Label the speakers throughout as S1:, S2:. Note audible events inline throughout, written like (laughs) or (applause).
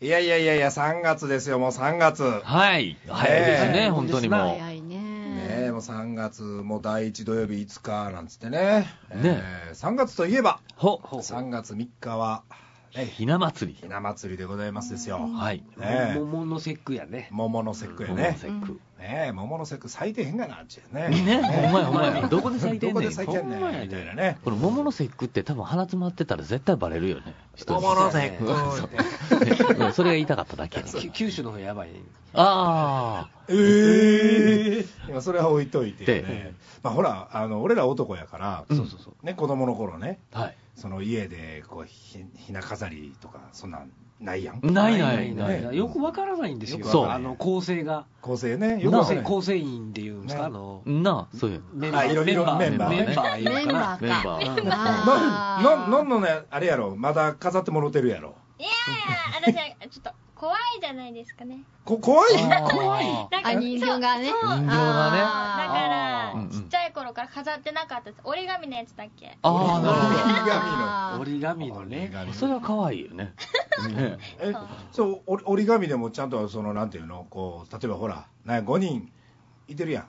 S1: いやいやいやいや、3月ですよ、もう3月。ね
S2: はい、早いですね、
S1: ねえ
S2: 本当にもう。
S3: 早いね。
S1: え、もう3月、もう第1土曜日5日なんつってね。
S2: ね
S1: えー3月といえば、
S2: ほ、
S1: 3月3日は、え
S2: ひな祭
S1: ひ
S2: り。
S1: な祭りでございますですよ。
S2: はい。
S1: ねえ
S4: 桃の節句やね。
S1: 桃の節句や
S2: 桃の
S1: ね。
S2: 節句。
S1: ねえ、桃の節句咲いてへんがな、あっちやね。
S2: ね、ほんまやほんまや。どこで咲いて
S1: ど
S2: ん
S1: こ
S2: ね
S1: で
S2: ん。
S1: 咲いてんね
S2: ほまや
S1: んみたいなね。
S2: この桃の節句って多分鼻詰まってたら絶対バレるよね。人に
S1: 桃の節句。
S2: うんそれが言いたかっただけやねんけ
S4: き
S2: ど
S4: 九州の方やばいね。
S2: ああ。
S1: ええ今それは置いといて、
S2: で
S1: ねまあ、ほらあの俺ら男やから、
S2: うん
S4: そうそう。
S1: ね、子供の頃ね
S2: はい。
S1: その家でこうひひな飾りとかそんなんないやん
S2: ないないな。
S1: ないい
S4: よくわからないんですよ。
S1: よくわ
S2: からない
S4: あの構成が。
S1: 構成ねよく
S4: 構
S1: わかん
S4: 成
S1: ない
S4: 構成員っていうんですか、
S1: ね
S4: あの
S2: なあ、そういう。
S4: メンバ
S1: あいろ
S4: ー
S1: いろ
S4: メンバー
S2: メ
S4: メ
S2: ン
S4: ン
S2: バ
S4: バ
S2: ー
S4: ーいう
S3: メン
S4: かな。
S3: バー
S2: メンバ
S3: か。
S2: ー。
S1: なんなんなん
S3: ん
S1: のねあれやろまだ飾ってもろてるやろ
S5: いやー、あのじゃあちょっと怖いじゃないですかね。
S1: こ怖い
S2: 怖い。
S5: なんか
S3: あ、人形がね。
S5: そ
S2: 人形
S5: う
S2: がね
S5: だ
S3: あー
S5: から
S2: あー、
S5: ちっちゃい頃から飾ってなかったです。折り紙のやつだっけ
S2: ああ、なる
S1: 折り紙の
S3: あー
S4: 折り紙のね。
S2: ほど。それは可愛いよね。ね
S1: えそう折折り紙でもちゃんとそのなんていうのこう例えばほらなん5人いてるやん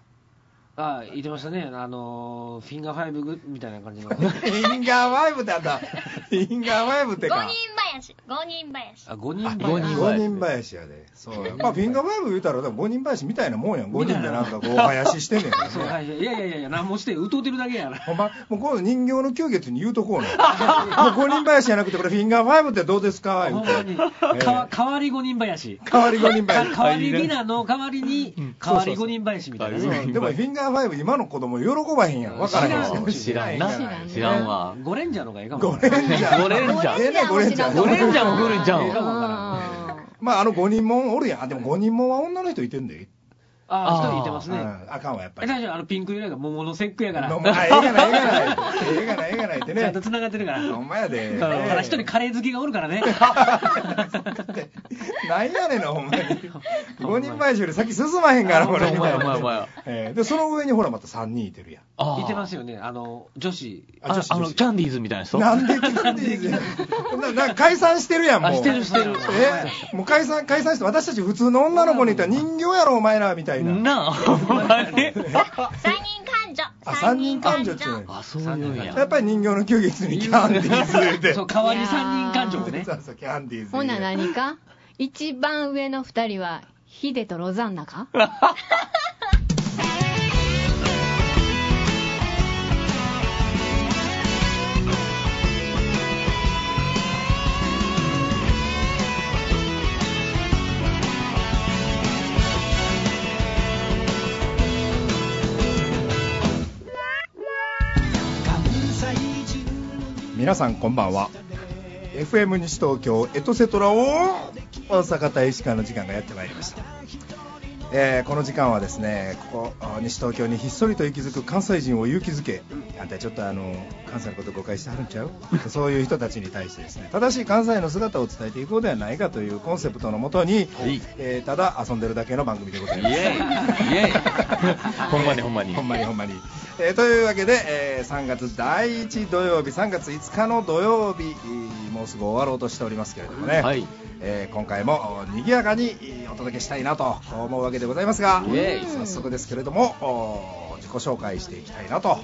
S4: あ、言ってましたね。あのーフィンガーファイブグみたいな感じの。
S1: フィンガーワイブってあったフィンガーワイブって
S5: 五
S1: か
S5: 人林、五人林。
S4: あ、五人前
S2: 五人
S1: 五人林やで。そう。まあ、フィンガーバイブ言うたら、でも五人林みたいなもんやん。五人でなんかこう、林してんねんから
S4: そう
S1: ね。
S4: はいいやいやいやいや、何もして、歌うてるだけやな。
S1: ほんま、もうこの人形の旧月に言うとこうね。もう五人林じゃなくて、これフィンガーバイブってどうですか言
S4: ほん
S1: う
S4: ま
S1: て。
S4: に。かわ代わり五人林。
S1: 代わり五人
S4: か
S1: 林。
S4: 代わりギナの代わりに、代わり五人林みたいな
S2: そう
S4: ね。
S1: そうでもフィンガーバイブ今の子供喜ばへんやん。わからへん
S4: 知らん
S1: し
S2: 知らん
S3: 知ら
S2: な。
S3: ん
S2: 知らんわ。
S4: ゴレンジャーの方がいいかも
S1: ゴレンジャー。
S2: ゴレンジャー
S1: ええね、ゴレンジャ
S2: ゴレ
S1: ー。
S2: ンジャーも古いじゃん
S4: ええかもわ
S3: あ
S1: まあ、あの五人もんおるやん。あ、でも五人もんは女の人いてんで。
S4: ああ、一人いてます
S1: う
S4: ね。
S1: んあかんわ、やっぱ
S4: え、
S1: り。
S4: 大丈夫、あのピンク色が桃の節句やから。
S1: 飲むあええがない、ええがない。ええがない、ええがないって
S4: ちゃんと
S1: ね。
S4: 繋がってるから。
S1: ほんまやで。
S4: だから一人カレー好きがおるから (laughs) ね。
S1: なんやねんな、ほんまに。5人前より先進まへんから、
S4: あ
S1: これ。
S2: お前お前お前。
S1: えーで、その上にほら、また3人いてるやん。
S2: あー
S4: いてますよね。あの、女子。
S1: あ
S2: あ
S1: 女子
S2: あの、
S1: 女子
S2: キャンディーズみたいな人
S1: なんでなんでななんか解散してるやん、もう。
S2: あしてるしてる
S1: えもう解散、解散して、私たち普通の女の子に言ったら人形やろ、お前ら、みたいな。
S2: なあ、ほんまに
S5: 三人感情。
S1: あ、3人
S5: 三
S1: 感情っていうの
S2: あ、そういうん
S1: やっ
S2: や。
S1: ぱり人形の旧月にキャンディーズ入れて。
S4: そ、
S1: そう
S4: 代わり三人感情を
S1: う
S4: ね。
S1: そう、キャンディーズ入れて。
S3: ほな何か一番上の二人は、ヒデとロザンナか
S1: 皆さんこんばんは FM 西東京エトセトラを大阪大使館の時間がやってまいりました、えーこの時間はですねここあ西東京にひっそりと息づく関西人を勇気づけあんたちょっとあの関西のこと誤解してはるんちゃうそういう人たちに対してですね正しい関西の姿を伝えていこうではないかというコンセプトのもとに、
S2: い
S1: えーただ遊んでるだけの番組でござい
S2: イ
S1: ます
S2: エイイ
S1: (laughs)
S2: エイほんまにほんまに
S1: ほんまにほんまに。えーというわけで、えー3月第1土曜日、3月5日の土曜日、えーもうすぐ終わろうとしておりますけれどもね、
S2: はい
S1: えー今回もお賑やかにえーお届けしたいなと思うわけでございますが、
S2: イエイ
S1: 早速ですけれども、お自己紹介していきたいなと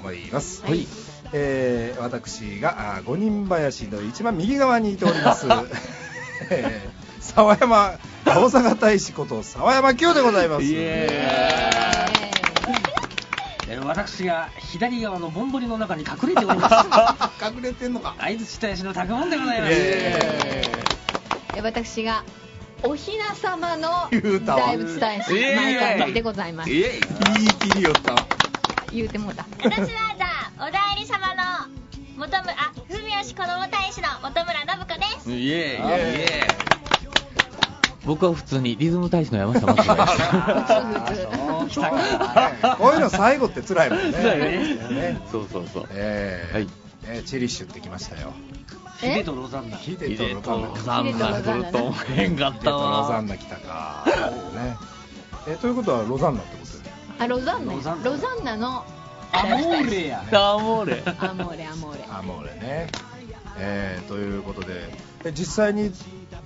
S1: 思います。
S2: はい
S1: えー私があー五人林の一番右側にいており
S2: (laughs)
S1: ます、えー沢山大阪大使こと沢山清でございます。
S2: イエ
S4: え私が左側のぼんぼりの中に隠れており (laughs) ます。
S1: 隠れてんのか。
S4: 相槌大使の高門でございます。
S3: で私が、おひな様の
S1: 言うたわ
S3: 大仏大師、
S2: イエーイ
S3: 前川でございます
S2: イ。イエイ
S1: いい切りよったわ。
S3: 言うてもうた。
S5: 私はじゃあ、おだいり様の、元村、あ、ふみよし子供大使の元村信子です。
S2: イエイイエイ僕は普通にリズム大使の山下真希です
S4: そう来た
S1: ね
S4: か。
S1: こういうの最後って辛いもんね。
S2: そうやね
S1: ね
S2: (laughs) そうそうそう
S1: えー
S2: はい
S1: ねチェリッシュってきましたよ。
S4: ヒデとロザンナ。
S1: ヒデ
S2: ヒ
S1: と
S2: デ
S1: ロザンナ。
S2: とザンナ来ると思えんかっ
S1: ヒデと
S2: た
S1: ロザ
S2: わ
S1: ンナ来たか。ね。えということはロザンナってことだよね。
S3: あ、ロザンナ
S4: ロザンナ
S3: ロザンナの、
S4: アモーレや。
S2: あもう俺
S3: アモーレアモーレ。
S1: あもう俺ね。えーということで、え実際に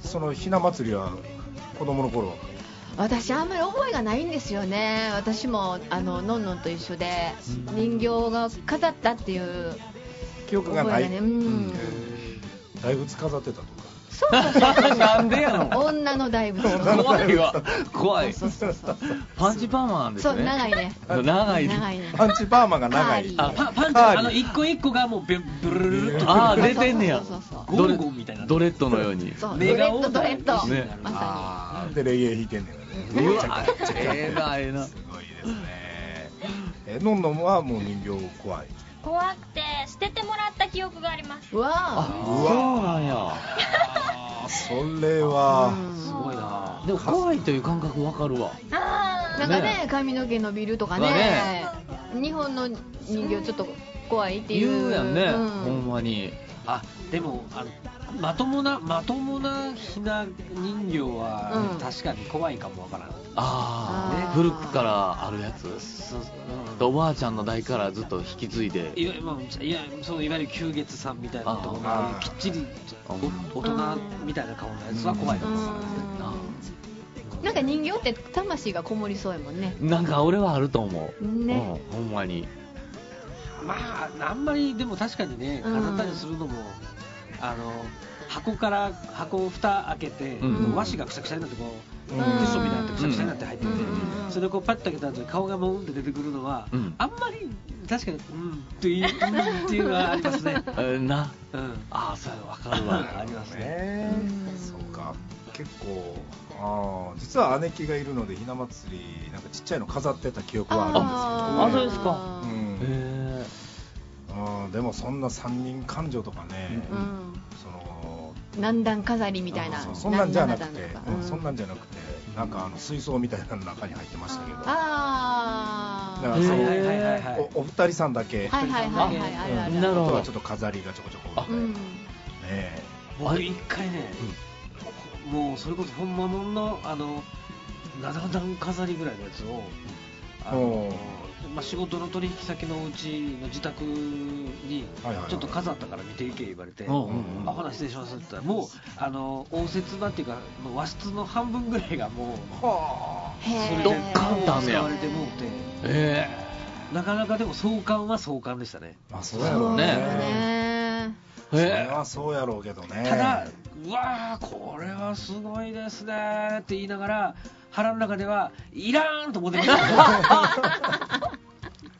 S1: そのひな祭りは子供の頃は
S3: 私あんまり覚えがないんですよね私もあののんのんと一緒で人形が飾ったっていう
S1: 記憶がない、
S3: 覚えがねうん
S1: うん大仏飾ってたとか
S3: そうそうそう
S2: (laughs)
S3: そう
S4: なんでやの
S3: 女の大仏
S2: 怖いわ、怖い。
S3: そうそうそう
S1: (laughs)
S3: そう
S2: パンチパーマなんです
S3: そ
S2: ね。
S3: う長いね
S2: 長い。
S3: 長いね
S1: パンチパーマが長い
S3: カーリー
S4: パパンチ
S1: カーリー
S4: あの一個一個がもうビュブルルルっと
S2: ああ、出てんねや
S3: そうそうそう。
S4: そう
S2: ドレ
S4: ゴンゴンみたいな
S2: ドレッドのように。
S3: そう
S4: 目
S3: ドレ
S4: が
S3: ッドドレッド、
S2: ね
S3: まさ
S1: あーでレゲエ弾いてんねんね
S2: うわ、ええな、ええな。
S1: すごいですねえのんのんはもう人形怖い
S5: 怖くて捨ててもらった記憶があります
S3: にうわ
S2: あ
S3: あ、
S2: そうなんや。
S1: それは、
S4: すごいな
S2: でも怖いという感覚わかるわ。
S5: あ
S3: なんかね
S2: ね
S3: 髪の毛伸びるとかね日本の人形ちょっと怖いっていう
S2: 言うやんね、
S3: う
S2: ほんまに。
S4: あでもあのまともなまともなひな人形
S3: う
S4: は
S3: ん
S4: 確かに怖いかもわからん、
S2: ああ
S3: あ、ー
S2: 古くからあるやつ。おばあちゃんの代からずっと引き継いで。
S4: いわまあいやそのいわゆる旧月さんみたいなところ
S1: あー
S4: がきっちり
S2: あ
S4: お大人みたいな顔のやつは怖いか
S3: う
S4: も
S3: ん
S4: わ
S2: あ
S3: なんか人形って魂がこもりそうやもんね
S2: なんか俺はあると思う。
S3: ね
S2: うん、ほんまに。
S4: からんまああんまりでも確かにね
S3: うん
S4: 飾ったりするのも、あの箱から箱を蓋開けて、
S2: うん
S4: 和紙がくしゃくしゃになってこう、
S1: う
S4: うんん、クッションみたいになってくしゃくしゃになって入ってて、
S3: うん
S4: それをこうパッと開けた後に顔がもうんって出てくるのは、
S2: うん
S4: あんまり確かにうんっていううんっていうのはありますね
S2: えーな。
S4: うん
S2: ああ、そう、わかるわ。
S4: (laughs) ありますね
S1: ね
S3: うん
S1: そうか結構ああ実は姉貴がいるのでひな祭りなんかちっちゃいの飾ってた記憶はあ
S2: あ
S1: る
S2: そ
S1: ん
S2: う
S1: で
S2: ですす
S1: け
S2: か
S1: ど
S2: か
S1: ねうん
S2: え
S1: うんでもそんな三人感情とかね、
S3: う
S2: うん
S3: ん
S1: その
S3: 南段飾りみたいな
S1: あそうそんなんじゃなくて
S3: 何々だと
S1: う
S3: か
S1: んそんなんじゃなくてなんかあの水槽みたいなの中に入ってましたけど
S3: あ
S1: だから
S3: あ
S4: は
S1: そ
S4: い
S1: の
S4: はいはいはいはい
S1: おお二人さんだけ、
S3: はいはいはいはいあるある
S2: なる
S1: あ
S2: ほ
S1: と
S2: ど
S1: はちょっと飾りがちょこちょこ
S2: あ
S1: ね
S3: うん
S1: え
S4: 僕一回ね、もうそれこそ本物のあの七段飾りぐらいのやつをあ
S1: おう
S4: の、まあ、仕事の取引先のうちの自宅に
S1: はいはいはい
S4: ちょっと飾ったから見ていけ言われて、
S2: うんうんうん
S4: あほな失礼しますって言ったらもうあの応接場っていうかもう和室の半分ぐらいがもう
S3: へえ
S2: ドッカンとあんね
S4: 使
S2: や
S4: われてもうて
S2: え
S4: なかなかでも壮観は壮観でしたね
S1: まあそうやろう
S2: ね
S1: ね
S3: ね
S1: それ
S2: え
S1: はそうやろうけどね
S4: ただ、うわー、これはすごいですねーって言いながら、腹の中では、いらーんと思ってました。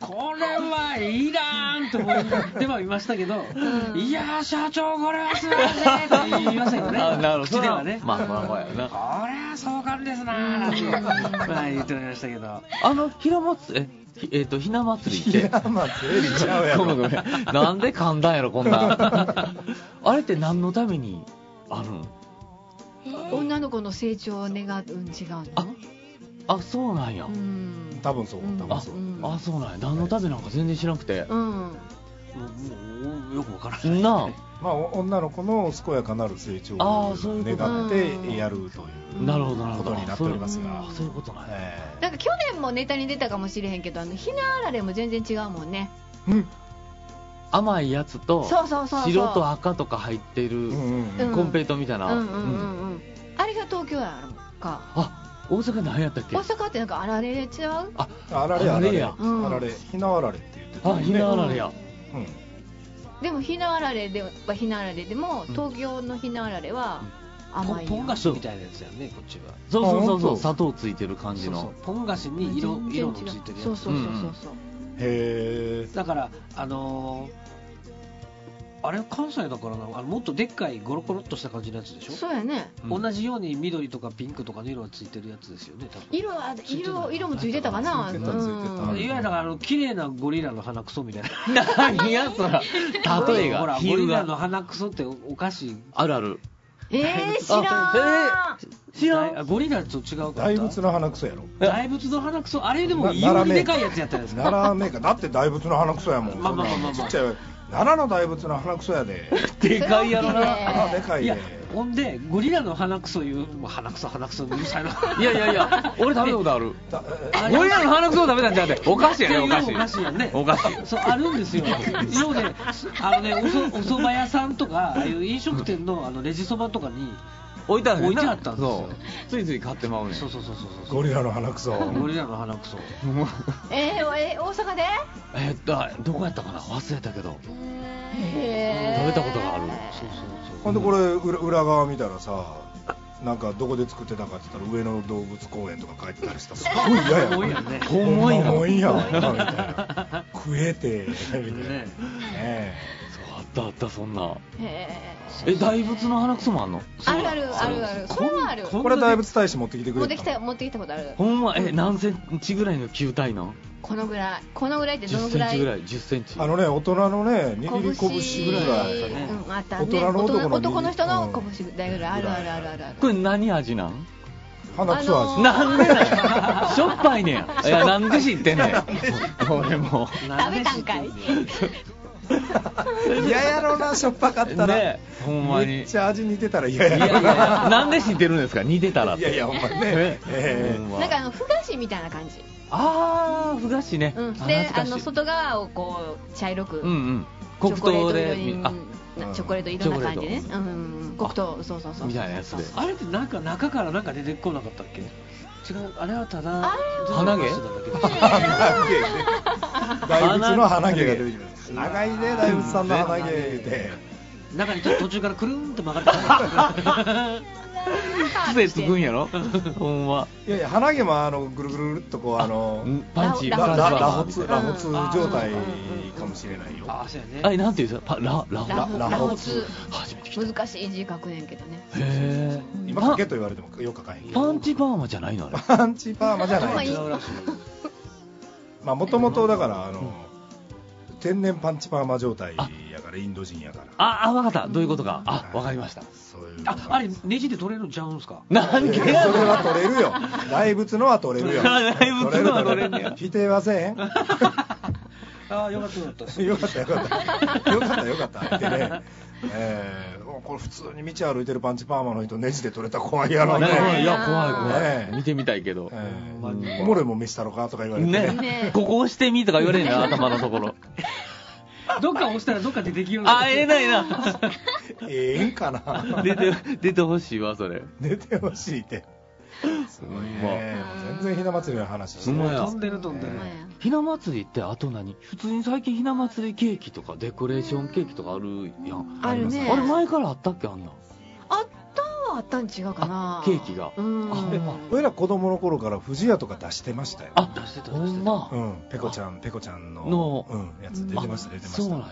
S4: これはいらーんと思ってはいましたけど、
S3: うん
S4: いやー、社長、これはすごいませんって言いましたけどね、
S2: あなるほど
S4: 口ではね、
S2: まあまあまあやな
S4: これは壮観ですなーなんて、まあ、言っておりましたけど。
S2: あのひな祭りえひえっとひな祭りって
S1: まあテレビちゃうや
S2: (laughs) ご
S1: ろ
S2: めんごめんなんで噛んだんやろこんなんあれって何のためにあるん
S3: 女の子の成長を願うん違うの
S2: ああそうなんや、
S3: うん
S1: (laughs) 多分そう多分
S2: あ
S1: そう、
S3: うん
S2: あそうなんや何のためなんか全然知らなくて、
S3: うん
S4: もうもうよくわからない
S2: な
S1: まあお女の子の健やかなる成長
S2: あ
S1: を
S2: ーそういうこと
S1: 願ってやるという
S2: あなるほどなるほど
S1: ことになっておりますが
S2: あそういうことなんや
S1: え
S3: なんか去年もネタに出たかもしれへんけどあのひなあられも全然違うもんね
S1: えうん
S2: 甘いやつと
S3: そうそうそうそう
S2: 白と赤とか入ってる
S1: うん
S3: うん
S2: コンペイトみたい
S3: うん
S2: な、
S3: うんうん
S2: うん
S3: うんあれが東京やろか
S2: あ大阪何やったっけ
S3: 大阪ってなんかあられちゃう
S2: あ
S1: あられあ
S2: あ
S1: られ
S2: られ
S1: あ
S2: や
S3: うん
S1: られひなあられって言ってたも
S2: あ
S1: ん
S2: ひなあられや、
S1: うん
S3: でもひなあられではひなあられでも
S2: うん
S3: 東京のひなあられは甘い
S4: ポ
S3: よ
S4: ン菓子みたいなやつやんね、こっちは。
S2: そうそうそうそ
S1: あ本当
S2: う砂糖ついてる感じの
S4: そうそうポン菓子に色
S3: 全然違う
S4: 色のついてるやつ。
S3: そうそうそうそう
S1: へえ
S4: だから、あのーあれ関西だからなあのもっとでっかいゴロゴロっとした感じのやつでし
S3: そ
S4: ょ
S3: う、そうやね
S2: うん
S4: 同じように緑とかピンクとかの色がついてるやつですよね多分
S3: 色は
S4: ついてた
S3: 色色もついてたかな
S1: ついてたついてた
S3: うん
S1: うん
S4: いわゆるだからあの綺麗なゴリラの鼻くそみたいな
S2: 何やそら例え
S4: (laughs) ほ
S2: が
S4: ら
S2: 比
S4: ゴ
S2: 喩
S4: リラの
S2: が
S4: 鼻くそっておお菓子
S2: あるある
S3: えー、知らん
S2: 知ら
S4: だい
S2: ん
S4: あゴリラと違うか
S1: 大仏の鼻くそやろ
S4: 大仏の鼻くそあれでも
S1: な
S4: 異様
S1: 並
S4: に
S1: べ
S4: でかいやつやったんですか
S1: 奈良ねえかだって大仏の鼻くそやもん
S4: まあまあまあまあ (laughs)
S1: そんなんちっちゃい奈良の大仏の鼻くそやで
S2: でかいやろ
S3: それは大きい
S2: な
S3: ね
S1: あでかい
S4: い
S1: で
S4: やほんでゴリラの鼻くそ言うもう鼻くそ鼻くそうるさいな
S2: いやいやいや、俺食べたことある。
S4: あ
S2: ゴリラの鼻くそを食べたんじゃなくて、お菓子やね、お菓子。
S4: おかしいやんね
S2: お菓子。
S4: そうあるんですよ今まであのねおそお蕎麦屋さんとかああいう飲食店のあのレジそばとかに
S2: 置いてあるねんな
S4: 置いてあったんですよ
S2: そうついつい買ってまうねん。
S4: そうそうそうそうそう
S1: ゴリラの鼻くそ
S4: ゴリラの鼻くそ
S3: えーえー大阪で
S2: えっと、どこやったかな忘れたけど。
S3: へ
S2: 食
S3: ー
S2: べたことがある。
S4: そうそうそ
S1: ほんでこれ裏裏側見たらさなんかどこで作ってたかって言ったら上野動物公園とか書いてたりしたらすごい嫌や
S4: すごいよね
S1: ほんまもんや
S2: ほん
S1: み
S2: ま
S1: たい
S2: もんや
S1: な食えてみたいな
S4: う
S1: ね
S4: ね
S1: え
S2: そうあったあった、そんな。
S3: へー
S2: え、大仏の鼻くそもあんの
S3: あるあるあるあるこれはある
S4: こん
S1: これ大仏大使持ってきてく
S3: 持
S1: れ
S3: ってきた
S1: た
S3: 持ってきたことある
S2: ほんま、え、何センチぐらいの球体なん
S3: このぐらいこのぐらいってどの
S2: ?10
S3: ぐ
S2: セン
S3: ら
S2: チ
S3: い
S2: ぐらい、10センチ。
S1: あのね大人のね握り拳ぐらい
S4: だね
S3: うん、あったね
S1: 大人の男の握り
S3: 男の人の
S1: うん
S3: 拳ぐらいぐらいあるあるあるあるある
S2: これ何味なん
S1: 鼻くそ
S3: あ
S1: 味
S3: のー
S2: なんでなんしょっぱいねや。いや、なんで知ってんねん。俺も。
S3: 食べたんかい
S1: (laughs) 嫌やろなしょっぱかったら
S2: ねほんまに。
S1: め
S2: い
S1: っちゃ味似てたら嫌や
S2: やいやいや、なんで知ってるんですか似てたらっ
S1: い
S2: て。
S1: やいやほんまにね
S2: え
S1: ええ
S2: ほんま
S3: なんかあのふ菓子みたいな感じ、
S2: あー、ふがしね。
S3: うん、
S2: あ懐
S3: であ
S2: かしい
S3: の外側をこう茶色く、
S2: うんうん。
S3: チ
S2: 黒
S3: ョコレー
S2: 糖
S3: ト
S2: で
S3: 色、に
S2: みあ、
S1: うん
S3: チョコレート色な感じね
S2: チョコ
S3: うんうん黒糖そうそうそう
S2: みたいなやつで
S4: あれってなんか中からなんか出てこなかったっけ違うあれはただ
S3: あれ
S2: は鼻毛
S1: 鼻毛ね大仏の鼻毛が出てきます長いね大仏さんの鼻毛言うて
S4: 中にちょっと途中からくるんって曲がって
S2: (laughs)
S4: た
S2: 癖つくんやろほんま。
S1: いやいや鼻毛もあのぐるぐるぐるっとこうあの
S2: うんパンチ、
S1: ラ
S3: ラ
S2: パンチ
S1: ララ
S2: バー
S1: ホ
S2: み
S1: ツ
S2: たい
S1: ラ
S2: な
S1: ホツ状態かもしれないよ
S4: あそうや
S2: あれ、
S4: ね
S2: なんていうんですかパラ、ラ、
S3: ラフ
S1: ラ
S3: ラ
S1: フ
S3: フツ
S2: 初めて聞い
S3: 難しい字書くねんけどね
S2: た。へー
S1: 今かけと言われてもよく書かへんけど
S2: パンチパーマじゃないのあれ。
S1: パンチパーマじゃな
S3: あ
S1: い
S3: ん
S4: 違
S3: ま
S4: うらしい
S1: まあもともとだからあの天然パンチパーマ状態やからインド人やから
S2: あ、あ、わかった。どういうことか。あ、わかりました。
S1: そういう
S4: ああれネジで取れるんちゃうんすか
S2: なん
S1: そ
S2: で
S1: れ
S2: やろ
S1: は取れるよ大仏のは取れるよ
S2: 大仏のは取れんねや
S1: 否定はせ (laughs) えへ
S4: ああよかったよかった
S1: んよかったよかった (laughs) よかったよかったってねえーもうこれ普通に道歩いてるパンチパーマの人ネジで取れたら怖いやろう
S2: なんか怖いい
S1: ね
S2: や、怖い、
S1: ね
S2: 怖
S1: え
S2: い。見てみたいけど。
S1: えー
S4: ほんまに
S1: おもろいもん見せたのかとか言われてね
S2: ね、ここ押してみとか言われるな、頭のところ。
S4: どっか押したらどっか出てきよう
S2: あ、ええないな。 (laughs)
S1: ええんかな (laughs)
S2: 出て、出てほしいわ、それ。
S1: 出てほしいってすごいね全然ひな祭りの話して
S2: ほんま
S1: ない
S2: や
S4: 飛んでる飛んでる
S1: ほんま
S3: や
S2: ひな祭りってあと何普通に最近ひな祭りケーキとかデコレーションケーキとかあるやん。
S3: あるね
S2: あれ前からあったっけ、あんなん。
S3: あったはあったん違うかな
S2: あケーキが
S3: うん
S2: あほんま
S1: 俺ら子供の頃から不二家とか出してましたよ
S2: あ
S4: 出してた
S2: ほんま
S1: う。んペコちゃんペコちゃんの
S2: の
S1: うん、やつ出てました
S2: あ
S1: 出てま
S2: そう
S1: し
S2: なんや。
S1: た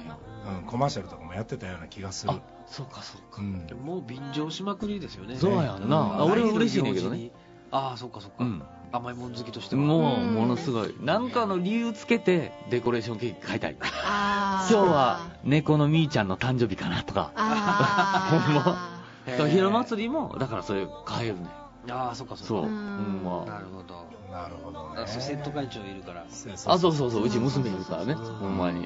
S1: うんコマーシャルとかもやってたような気がする
S2: あ、そうか、そうか
S1: う。ん
S4: もう便乗しまくりですよね
S2: そうやんな
S4: あ
S2: あ俺は嬉しいねんけどね
S4: ああそっかそっか、
S2: うん
S4: 甘いもん好きとしては
S2: もう、
S3: うん
S2: ものすごい。なんかの理由つけて、デコレーションケーキ買いたい。今
S3: あ
S2: 日は、猫のみーちゃんの誕生日かなとか。
S3: あー
S2: ほんま
S4: へー
S2: ひな祭りも、だからそれ買えるね。
S4: ああそっかそっか
S2: そう。ほ
S3: うん
S2: ん
S4: な
S2: ま。
S4: るほど
S1: なるほどね
S4: あそう生徒会長いるから
S1: そうそう
S2: あ、そうそうそう、うち娘いるからね。ほんまに。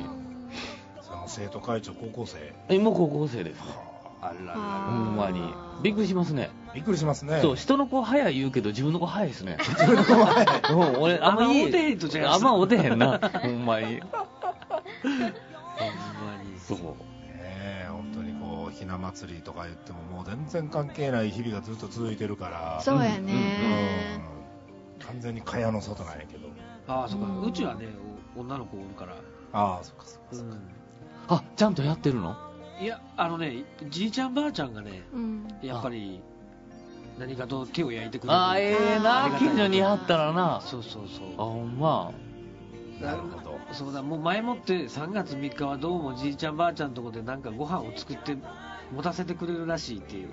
S1: その生徒会長高校生
S2: 今高校生です。
S4: あらら
S2: ほ
S4: ら
S2: んまに。びっくりしますね。
S1: びっくりしますね
S2: そう、人の子早い言うけど、 (laughs) 自分の子早いですね。も (laughs) う俺、
S4: あ
S2: あん
S4: んま
S2: ま
S4: 会うてへんと違います
S2: あんまおてへんな。ほんまに。
S4: ほんまに
S2: そう。
S1: ねえ本当にこうひな祭りとか言ってももう全然関係ない日々がずっと続いてるから
S3: そうや
S1: うん
S3: ね
S1: 完全に蚊帳の外なんやけど
S4: ああそっか
S3: うん
S4: うちはねお女の子おるから
S1: ああそっかそっか
S4: うん
S2: あ、ちゃんとやってるの
S4: いやあのねじいちゃんばあちゃんがね
S3: うん
S4: やっぱり何かと手を焼いてくれる
S2: あーええな
S3: ありがたい
S2: 近所にあったらなあ
S4: そうそうそう
S2: ほんま
S1: なるほど
S4: そうだもう前もって3月3日はどうもじいちゃんばあちゃんとこでなんかご飯を作って持たせてくれるらしいっていう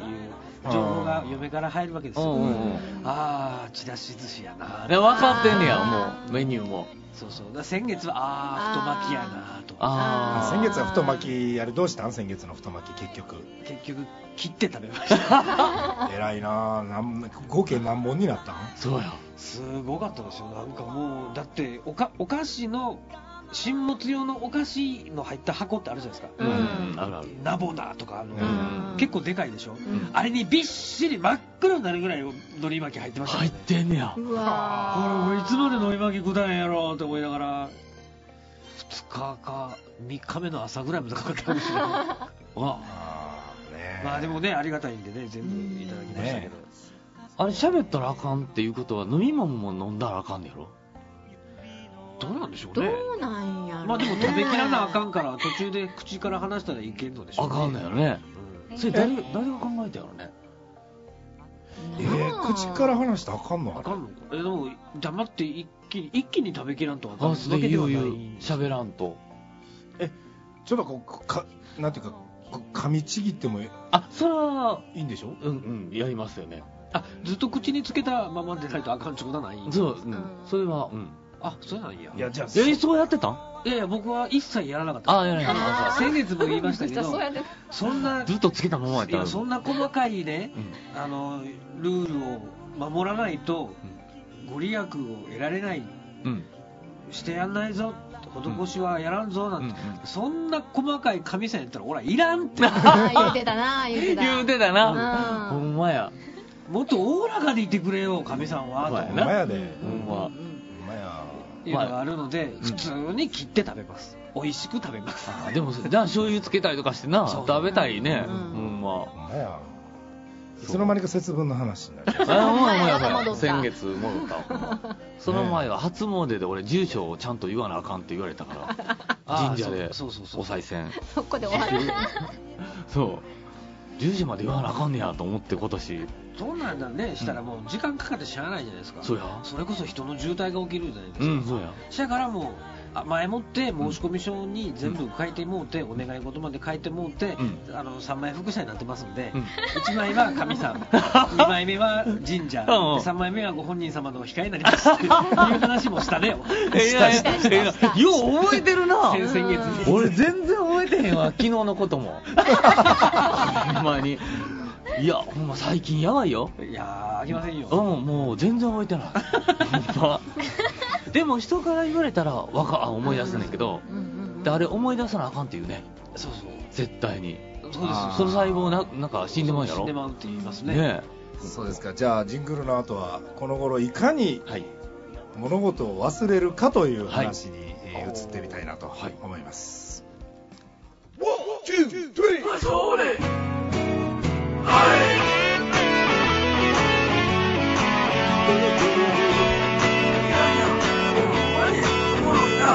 S4: 情報
S1: あ
S4: が
S1: ー
S4: 嫁から入るわけです
S2: うんう
S4: よ
S2: んうん
S4: ああちらし寿司やな
S2: ね分かってんねやもうメニューも
S4: そうそうだから先月はああ太巻きやなとか
S2: あ
S1: あ
S2: あ
S1: 先月は太巻きあれどうしたん先月の太巻き結
S4: (laughs)
S1: 局
S4: 結局切って食べました
S1: 偉いなあなん合計何本になったん
S2: そうや
S4: すごかったですよなんかもうだっておかお菓子の新物用のお菓子の入った箱ってあるじゃないですか、
S2: う
S3: うんん
S2: あるある
S4: ナボナとかあの、
S3: うん
S4: 結構でかいでしょ、
S3: ん
S4: あれにびっしり真っ黒になるぐらいののり巻き入ってましたもん
S2: 入っ
S4: ね
S2: てんねや
S3: う
S4: これ
S3: わ
S4: 俺いつまでのり
S3: 飲
S4: 巻き食たんやろうって思いながら2日か3日目の朝ぐらいまでかかった
S2: (laughs)
S4: んですよああ
S1: あーね
S4: まあでもねありがたいんでね全部いただきましたけど、
S1: ね
S2: あれ喋ったらあかんっていうことは飲み物も飲んだらあかんねやろ
S4: どうなんでしょう
S3: ど
S4: ね
S3: うなんやろ、ね、
S4: まあでも食べきらなあかんから途中で口から離したらいけんのでしょ
S2: あ
S4: う、
S2: かんのやろね
S4: う
S2: それ誰が誰が考えたやろね
S1: えー口から話したらあかんの
S4: ん
S1: あ
S4: あ
S1: れ
S4: かんのかえでも黙って一気に一気に食べきらんとは
S2: あそれで言う
S4: ない
S2: 言う喋らんと
S1: ちょっとこうかなんていうかこう噛みちぎってもい
S2: あそれはい
S1: んでしょ
S2: うんうんやりますよね
S4: あずっと口につけたままでないとあかんちゅうことはない
S2: そう、うん
S3: うん
S2: それはうん
S4: あそうなんや
S1: いやじゃあ
S2: えそうやってたん
S4: いやいや僕は一切やらなかった
S2: あやらなかった
S4: (laughs) 先月も言いましたけど
S3: そうやって
S4: そんな
S2: ずっとつけたままやっ
S4: い
S2: たら
S4: やそんな細かいね
S2: うん
S4: あのルールを守らないとご利益を得られない
S2: うん
S4: してやんないぞ施しはやらんぞなんて、
S2: うんうん
S4: そんな細かい神さんやったら俺はいらん
S2: (laughs)
S4: って
S3: あー言うてたな言うてた
S2: 言うてたな
S3: う
S2: ほ
S3: ん
S2: んまや
S4: もっとおおらかでいてくれよ神さんは
S2: ほ
S1: ほ
S2: んまや
S4: と
S1: ん
S2: な
S1: まやで
S2: ほんま
S1: ほんまや
S4: いうのがあるので、
S2: ん
S4: 普通に切って食べます美味しく食べます
S2: あでもじゃあ醤油つけたりとかしてな
S4: そう
S2: 食べたいね
S3: う
S2: ほ
S3: ん
S2: んま
S1: ほんまやいつの間にか節分の話になる
S2: あもう
S3: 前
S2: や
S3: は
S2: ばい
S3: 戻った
S2: 先月戻ったほんま (laughs) その前は初詣で俺住所をちゃんと言わなあかんって言われた (laughs) から
S4: あ
S2: 神社で
S4: そうそうそうそう
S2: お賽 (laughs) 銭
S3: そこで終わる
S2: そう住所まで言わなあかんねやと思って今年
S4: そうなんだねしたらもう時間かかってしゃあないじゃないですか、
S2: そうや
S4: それこそ人の渋滞が起きるじゃないですか、
S2: うんそうや
S4: したからもうあ前もって申し込み書に全部書いてもうて、お願い事まで書いてもうて、あの3枚副社になってますんで、
S2: うん
S4: 1枚は神
S2: (laughs)
S4: さん2枚目は神社、
S2: うんうん
S4: 3枚目はご本人様のお控えになりますっていう話もしたねよ
S2: いやいやいやよう覚えてるな
S4: 先々月に
S2: 俺全然覚えてへ (laughs) んわ昨日のこともほんまにいやほんま最近やばいよ
S4: いやーあきませんよ、
S2: うんもう全然覚えてない (laughs) ほんまでも人から言われたらわかあ思い出すねんけど、
S3: うんうんうん
S2: であれ思い出さなあかんっていうね
S4: そう
S2: 絶対に
S4: そうそうですよ
S2: その細胞ななんか死んでまうやろ
S4: 死んでまうって言いますね
S2: ね
S1: そうですかじゃあジングルの後はこの頃いかに
S2: えはい
S1: 物事を忘れるかという話に、えー移ってみたいなと
S2: はい
S1: 思います、
S2: (laughs)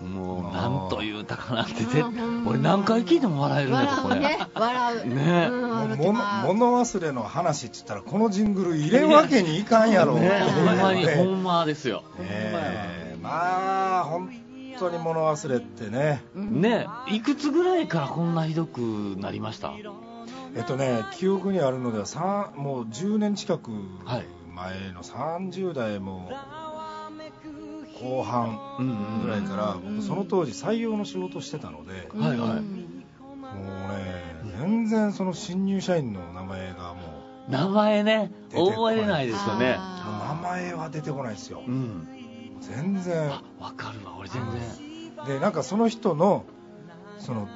S2: もうなんというたかなって絶
S3: うんうん
S2: 俺何回聞いても笑えるねこれ
S3: 笑うね笑う
S2: ね
S3: うん笑って
S1: もの
S3: まう
S1: 物忘れの話って言ったらこのジングル入れんわけにいかんやろ、
S2: ねえほんまに
S1: ね
S2: ほんまですよ
S1: えまあ本当に物忘れってね
S2: ねえいくつぐらいからこんなひどくなりました
S1: えっとね記憶にあるのではさんもう10年近く
S2: はい
S1: 前の30代も後半
S2: うんう
S1: ぐらい
S2: ん
S1: から僕その当時採用の仕事をしてたので、
S2: はいはい
S3: うん
S1: もうね全然その新入社員の名前がもう
S2: 名前ね
S1: 出てこない
S2: 覚えれないですよね
S3: あ
S1: 名前は出てこないですよ
S2: うん
S1: 全然
S2: あわかるわ俺全然
S1: でなんかその人のその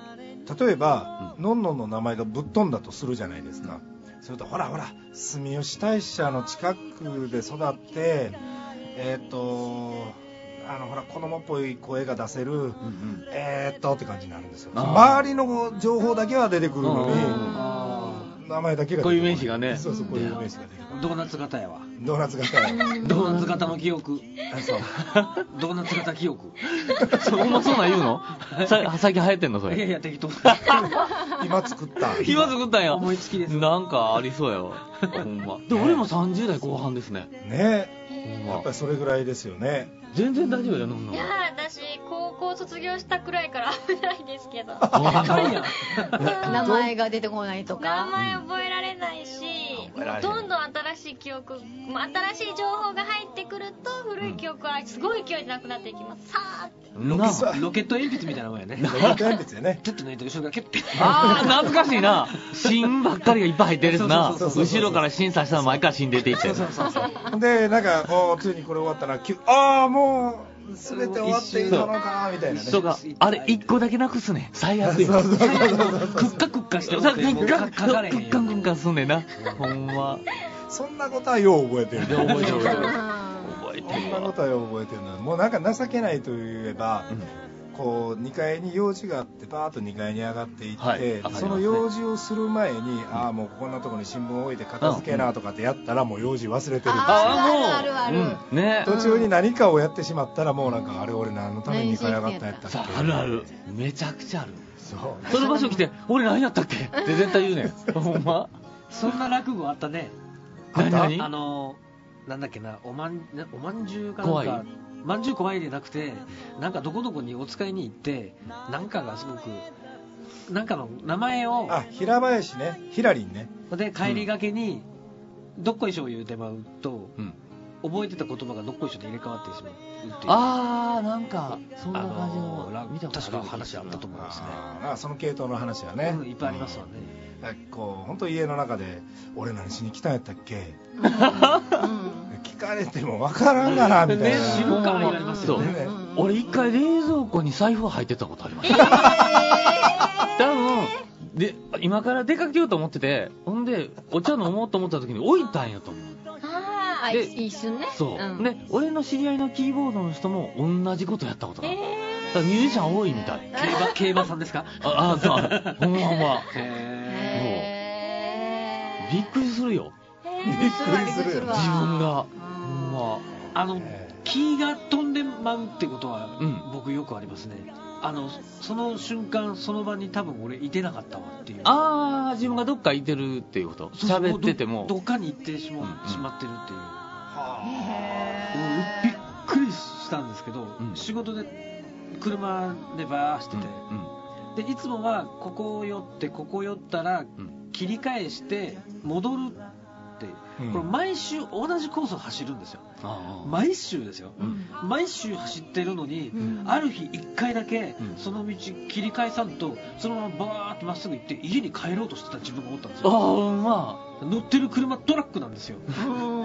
S1: 例えば、のんのんの名前がぶっ飛んだとするじゃないですか、それとほらほら住吉大社の近くで育ってえっ、とあのほら子供っぽい声が出せる、
S2: うん
S1: えっ、とって感じになるんですよ
S2: あー
S1: 周りの情報だけは出てくるの
S2: う
S1: に、
S2: ん
S1: 名前だけが出てこ
S2: こう
S1: な
S2: いう名詞がね
S1: そうそうこういう名詞が出てこ
S4: ドーナツ型やわ
S1: ないドーナツ型や
S4: ドーナツ型の記憶
S1: あ
S2: (laughs)
S1: そう
S4: ドーナツ型記憶
S2: うんそうほんまそうなん言うのさ最近流行ってんのそ
S4: いや
S1: (laughs)
S2: れ
S4: いや
S2: (laughs)
S4: 適当
S1: 今作った
S2: 今作ったんや
S4: 思いつきです
S2: なんかありそうやわほん
S1: (laughs)
S2: まで俺も30代後半ですね
S1: ね
S2: ほん
S1: やっ
S2: ま
S1: ぱりそれぐらいですよ
S2: (laughs)
S1: ね
S2: 全然大丈夫だよ飲んの
S5: いやー私高校卒業したくらいから危ないですけど
S4: あかんやん
S3: ー名前が出てこないと
S5: 名
S3: か
S5: 前覚えられないし
S1: う
S5: もうどんどん新しい記憶まあ新しい情報が入ってくると古い記憶はすごい勢いでなくなっていきますさーって
S4: ロ
S2: な
S4: ケ
S2: あ
S4: ロケット鉛筆みたいなもんやね
S1: ロケット鉛筆よね
S4: ちょっと抜いて後ろからキュッて
S2: あー懐かしいな芯ばっかりがいっぱい入ってるやつな
S4: そう
S1: そうそうそうそう
S2: 後ろから審査したら前から芯出ていって
S1: (laughs) でなんかこうついにこれ終わったら急ああもう全て終わっていたのかみたいなね
S2: そうかあれ一個だけなくすね最悪や
S1: そうそうそうそうそう
S2: クッカクッカして
S4: そう
S2: さ
S4: そ
S2: ク
S4: うそう
S2: ッカク
S4: もう
S2: ッ
S4: か
S2: カ
S4: かれへんよ
S2: クッカクッカすんねんなほんま
S1: そんなことはよう覚えてる
S2: 覚えてる覚えてる
S3: う
S2: 覚
S1: そ
S2: えて
S1: ん
S2: る
S1: な
S2: わ
S1: ことはよう覚えてるのもうなんか情けないといえば、こう2階に用事があってバーッと2階に上がっていって、
S2: はい上がりますね
S1: その用事をする前に、ああもうこんなとこに新聞置いて片付けなとかってやったらもう用事忘れてる、
S3: あるあるあるある
S2: うんね
S1: 途中に何かをやってしまったらもうなんかあれ俺何のために2階上がったんやったっけ
S2: さああるあるめちゃくちゃある
S1: そう
S2: その場所来て「俺何やったっけ?」って絶対言うねんほんま
S4: そんな落語あったね
S2: 何何
S4: あのーなんだっけなおまんなおまんじゅうかなんか
S2: 怖い
S4: まんじゅう怖いでなくてなんかどこどこにお使いに行ってなんかがすごくなんかの名前を
S1: あ平林ねひらりんね
S4: で帰りがけに、どっこいしょ言うてまうと
S2: うん
S4: 覚えてた言葉がどっこいしょで入れ替わってしまうっていう
S2: ああなんかそんな
S4: あ
S2: 感じ
S4: のー
S2: の
S4: ら
S2: 見たことある
S4: 確か話あったと思いますね
S1: ああその系統の話はね、
S4: うんいっぱいありますわね、
S1: うんこう本当家の中で俺何しに来たんやったっけ
S3: ん
S1: 聞かれても分からんがなみたい
S4: ね
S1: な、
S4: 知るからになりますよね
S1: ね
S3: うん
S2: 俺一回冷蔵庫に財布入ってたことありました多分で今から出かけようと思っててほんでお茶飲もうと思った時に置いたんやと思う
S5: あ
S3: あ
S2: で
S3: 一瞬ね
S2: そう、
S3: ん
S2: で俺の知り合いのキーボードの人も同じことやったこと
S5: ー
S2: がある、
S5: え
S2: だからミュージシャン多いみたい
S4: 競馬競馬さんですか
S2: ああそうほんまほんま
S4: へ
S3: へ
S2: びっくりするよ
S5: ーえ
S1: びっくり
S3: (laughs)
S1: するよ
S3: うわ
S2: 自分がほ
S3: ん
S2: んま
S4: ーあの木が飛んで舞うってことは、
S2: うん
S4: 僕よくありますねあのその瞬間その場に多分俺いてなかったわっていう
S2: ああ自分がどっかいてるっていうこと
S4: そうそう
S2: 喋ってて
S4: う
S2: も
S4: どどっかに行ってしま,、
S2: うんうん
S4: しまってるっていううんびっ
S3: へ
S4: くりしたんですけど、
S2: ん
S4: 仕事で車でバーして
S2: うん
S4: て、でいつもはここを寄ってここ寄ったら
S2: うん
S4: 切り返して戻るって、
S1: うん
S4: これ毎週同じコースを走るんですよ
S2: あー
S4: 毎週ですよ、
S3: ん
S4: 毎週走ってるのに、
S3: ん
S4: ある日1回だけ
S2: うん
S4: その道切り返さんとそのままバーってまっすぐ行って家に帰ろうとしてた自分がおったんです
S2: あ
S4: よ
S2: ーうま
S4: 乗ってる車トラックなんですよ
S3: うん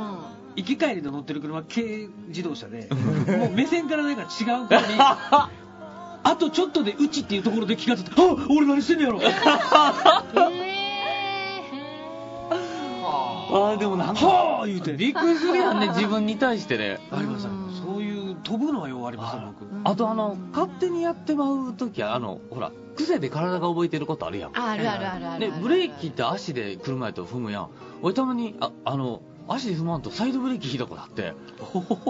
S4: 行き帰りで乗ってる車軽自動車でもう目線からなんか違うからにあとちょっとでうちっていうところで気がついて「あ俺何してんのやろ」
S2: あーでもなんか
S4: はあ言うて
S2: びっくりするやんね自分に対してね
S4: ありますありますそういう飛ぶのはようありますよ僕
S2: あとあの勝手にやってまう時はあのほら癖で体が覚えてることあるやん
S3: あるあるあるある
S2: で
S3: ある
S2: ブレーキって足で車やと踏むやん俺たまにああの足で踏まんとサイドブレーキ引いたことあって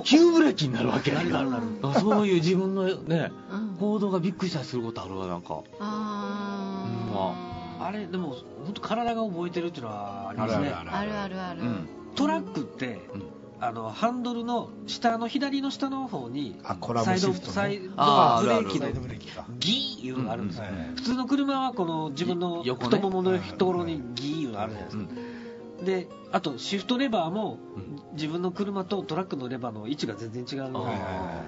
S2: 急ブレーキになるわけやんか
S4: なるなる
S2: だからそういう自分のね
S3: うん
S2: 行動がびっくりしたりすることあるわなんか
S3: あー
S4: あれでも本当体が覚えてるっていうのはありますね
S1: あるある
S3: あるあるあ
S2: う
S3: る
S2: ん
S4: トラックって、
S2: うん
S4: あのハンドルの下の左の下の方に
S1: あコラボシフト、ね、
S4: サイド
S2: あ
S4: サイドブレーキ
S1: サイド
S4: の
S1: ブレーキか
S4: ギーいうのがあるんですよ、
S1: うんうんはい
S4: 普通の車はこの自分の
S2: ぎ横ね
S4: 太もものところにギーいうのあるじゃないです
S2: う
S4: か、
S2: ん
S4: であとシフトレバーも
S2: うん
S4: 自分の車とトラックのレバーの位置が全然違うの
S1: はいは
S2: あ
S1: いは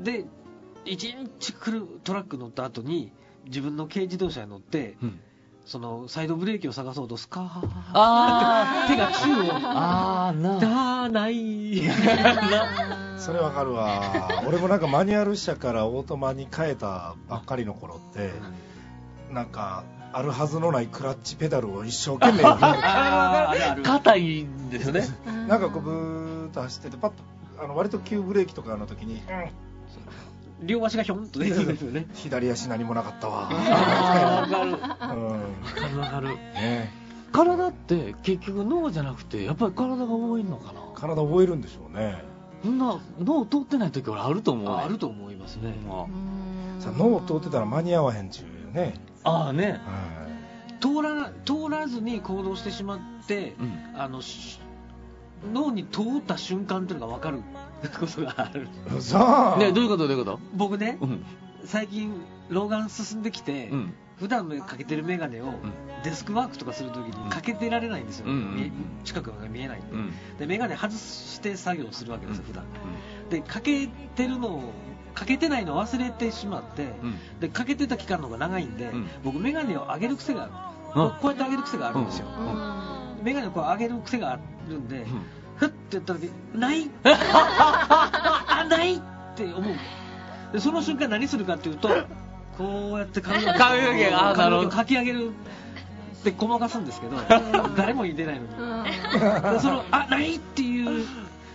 S4: で1日くるトラック乗った後に自分の軽自動車に乗って
S2: うん
S4: そのサイドブレーキを探そうとスカー
S2: あ
S4: 手が宙を
S2: あああなあ
S4: だーない
S1: (laughs) いそれわかる
S4: (laughs)
S1: わ俺もなんかマニュアル車からオートマに変えたばっかりの頃ってなんかあるはずのないクラッチペダルを一生懸命踏んで
S4: あーあるある
S2: 硬いんですよね
S4: (laughs)
S1: なんかこうブーッと走っててパッとあの割と急ブレーキとかの時に、うん
S4: 両足がひょんと出てくるんですよね
S1: 左足何もなかった
S2: あ
S1: わ、
S2: あわかる
S1: うん
S2: わかるわかる
S1: ね、
S2: 体って結局脳じゃなくてやっぱり体が覚えるのかな
S1: 体覚えるんでしょうね
S2: そんな脳通ってない時俺あると思うね
S4: ああると思いますね
S2: ほんま
S1: さ脳通ってたら間に合わへんちゅうね、
S2: ああね
S1: は
S4: 通らな通らずに行動してしまって、
S2: うん
S4: あのし脳に通った瞬間っていうのが分かることがある
S1: い、さあ
S2: ねどういうことどういうこと
S4: 僕ね
S2: うん
S4: 最近老眼進んできて、
S2: うん
S4: 普段かけてる眼鏡をデスクワークとかするときにかけてられないんですよ、
S2: うんうん
S4: み近くが見えないんで,、
S2: うん
S4: で眼鏡外して作業するわけですよ
S2: うん
S4: 普段、でかけてるのをかけてないのを忘れてしまって、
S2: うん
S4: でかけてた期間の方が長いんで、
S2: うん
S4: 僕眼鏡を上げる癖がある、
S2: うん
S4: こうこうやって上げる癖があるんですよ、
S2: うん
S4: 眼鏡をこう上げる癖があるんで、
S2: うん
S4: ふって言った時ない
S2: (laughs)
S4: あないって思うでその瞬間何するかっていうとこうやって髪の毛
S2: 髪の毛あーなるほど
S4: 髪の毛をかき上げるでごまかすんですけ
S2: (laughs)
S4: ど誰も言ってないのにでそのあないっていう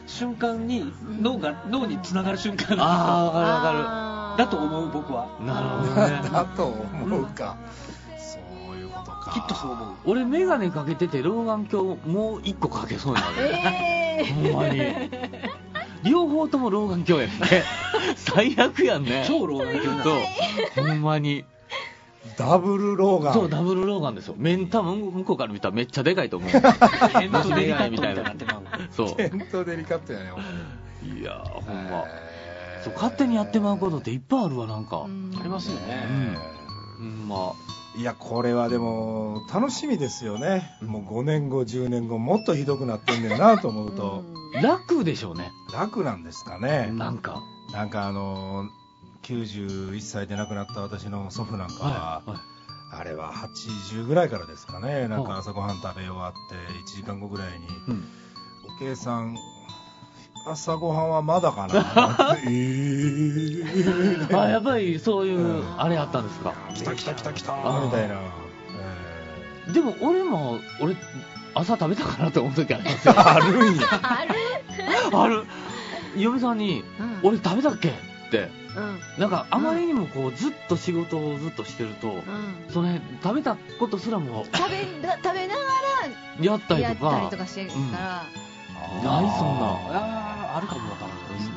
S4: 瞬間に脳が脳につながる瞬間
S2: ああわかるわかる
S4: だと思う僕は
S2: なるほど
S1: (laughs) だ
S2: ね
S1: と思うか、そういうことか
S4: きっとそう思う
S2: 俺眼鏡かけてて老眼鏡もう一個かけそうになる
S3: え
S2: ほんまに両方とも老眼鏡や
S4: (laughs)
S2: んね最悪やんね
S4: 超老眼鏡なの
S2: そうほんまに
S1: ダブル老眼
S2: そうダブル老眼ですよ面多分向こうから見たらめっちゃでかいと思う
S1: (laughs)
S4: 変な
S2: メガネみたい
S4: にな
S2: な
S4: ってまう
S2: そ
S1: 本当デリカットやねほんまに
S2: ういやーほんま
S1: へー
S2: (laughs) そう勝手にやってまうことっていっぱいあるわなんか、
S4: ありますよね
S2: ほんま
S1: いやこれはでも楽しみですよねもう5年後10年後もっとひどくなってんねんなと思うと
S2: 楽でしょうね
S1: 楽なんですかね
S2: なんか
S1: なんかあの91歳で亡くなった私の祖父なんかは
S2: はい、はい
S1: あれは80ぐらいからですかねなん
S2: は
S1: か
S2: い
S1: 朝ごはん食べ終わって1時間後ぐらいに
S2: うん
S1: おけいさん朝ごはんはまだか
S2: (laughs)
S1: なえー
S2: あやっぱりそういう、
S1: うん
S2: あれあったんですか
S1: 来た来た来た来た
S2: あー
S1: みたいな、
S2: でも俺も俺朝食べたかなと思う時あります
S1: え
S2: よ
S1: ー (laughs) あるんや
S5: ある
S2: ある嫁さんに
S3: うん
S2: 「俺食べたっけ?」って
S3: うん
S2: なんかあまりにもこうずっと仕事をずっとしてると、
S3: うん
S2: それ食べたことすらも
S3: 食べな食べなが
S2: やった
S3: ら
S2: り
S3: やっ
S2: と
S3: たり
S2: か
S3: とかしてるから、
S2: ないそんな
S4: あーあるかもわからないですね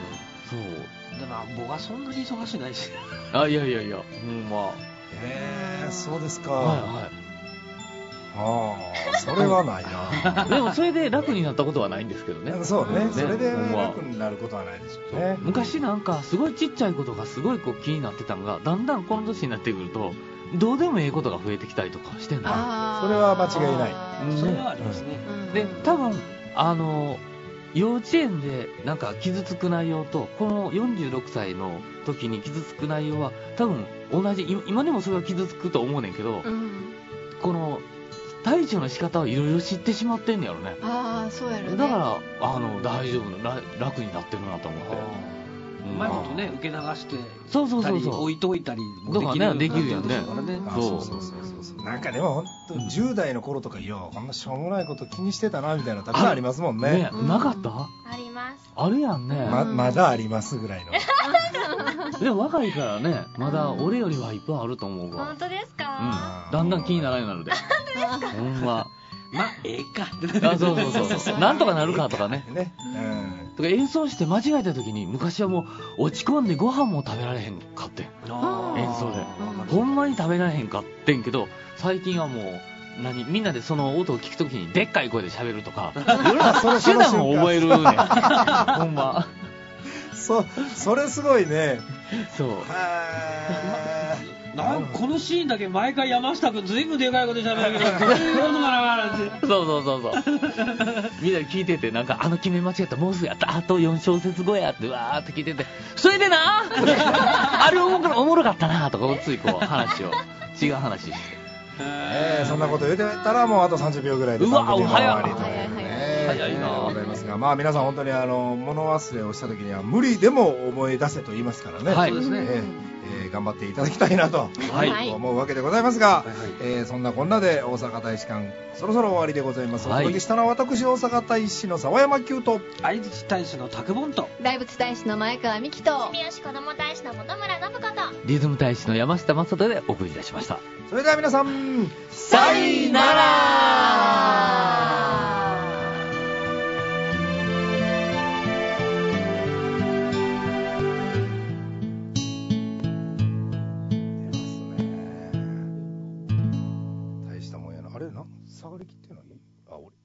S2: そう
S4: でも僕はそんなに忙しいないし
S2: あいやいやいやほんまは
S1: へえそうですか、
S2: いは
S1: ああそれはないな
S2: いでもそれで楽になったことはないんですけど (laughs) ね
S1: そうね
S2: ね
S1: それで
S2: ほんま
S1: 楽になることはないでしょう
S2: そう
S1: ね
S2: 昔なんかすごいちっちゃいことがすごいこう気になってたのがだんだんこの年になってくるとどうでもええことが増えてきたりとかしてんの
S3: あー
S1: それは間違いない
S3: あ
S4: それはありますね、
S3: ーうん
S2: で多分あの幼稚園でなんか傷つく内容とこの46歳の時に傷つく内容は多分同じい今でもそれは傷つくと思うねんけど、
S3: うん
S2: この対処の仕方をいろいろ知ってしまってんねやろね
S3: ああそうやろね
S2: だからあの大丈夫なら楽になってるなと思って
S4: うまいことね受け流して
S2: そうそう
S4: た
S2: そう
S4: り
S2: そう
S4: 置いといたりも
S2: だからね
S4: でき
S2: で
S4: る
S2: きるやんね
S4: だからね
S1: あ
S2: そう
S1: そうそうそうそうそうなんかでも本当10代の頃とかよこんなしょうもないこと気にしてたなみたいなのたくさんありますもんね
S2: ね
S3: うん
S2: なかった
S5: あります
S2: あるやんね、
S1: ままだありますぐら (laughs) いの
S2: でも若いからねまだ俺よりはいっぱいあると思うわ
S5: 本当ですか、
S2: うん、だんだん気にならないようになるでほんま
S4: まあええか
S2: あそうそうそうそうなんとかなるかとかね
S1: ね
S2: とか演奏して間違えた時に昔はもう落ち込んでご飯も食べられへんかってん
S4: (laughs) あー
S2: 演奏で
S4: わかる
S2: ほんまに食べられへんかってんけど最近はもう何みんなでその音を聞く時にでっかい声で喋るとか
S1: それ
S2: 手段を覚える (laughs) ねんほんま
S1: うんそそれすごいね
S2: そう
S1: (laughs) は
S4: なんかこのシーンだけ毎回山下君ずいぶんでかいこと喋るけどどういうことかなっ
S2: (laughs)
S4: て
S2: そうそうそうそうみんなで聞いててなんかあの決め間違ったもうすぐやったあと4小節後やってわーって聞いててそれで (laughs) なあれおもろおもろかったなとかついこう話を違う話して
S1: えーそんなこと言ってたらもうあと30秒ぐらいで
S2: うわ
S1: 番組が終わりと
S3: 早
S1: い
S3: いう
S1: ね
S2: 早いな
S1: ございますがまあ皆さん本当にあの物忘れをした時には無理でも思い出せと言いますからね
S2: はい
S1: え
S2: そうです
S3: ね
S1: ーえー頑張っていただきたいなと
S2: はい
S1: 思うわけでございますが
S4: はいはい
S1: えーそんなこんなで大阪大使館そろそろ終わりでございますお
S2: はい
S1: 届けしたのは私大阪大使の沢山久と
S4: 相槌大使の卓本と
S3: 大仏大使の前川美樹と
S5: 三好子供大使の本村信子と
S2: リズム大使の山下正人でお送りいたしました
S1: それでは皆さん
S2: さいな
S3: ら
S1: 出ますね大したもんやなあれな下がりきってないあ俺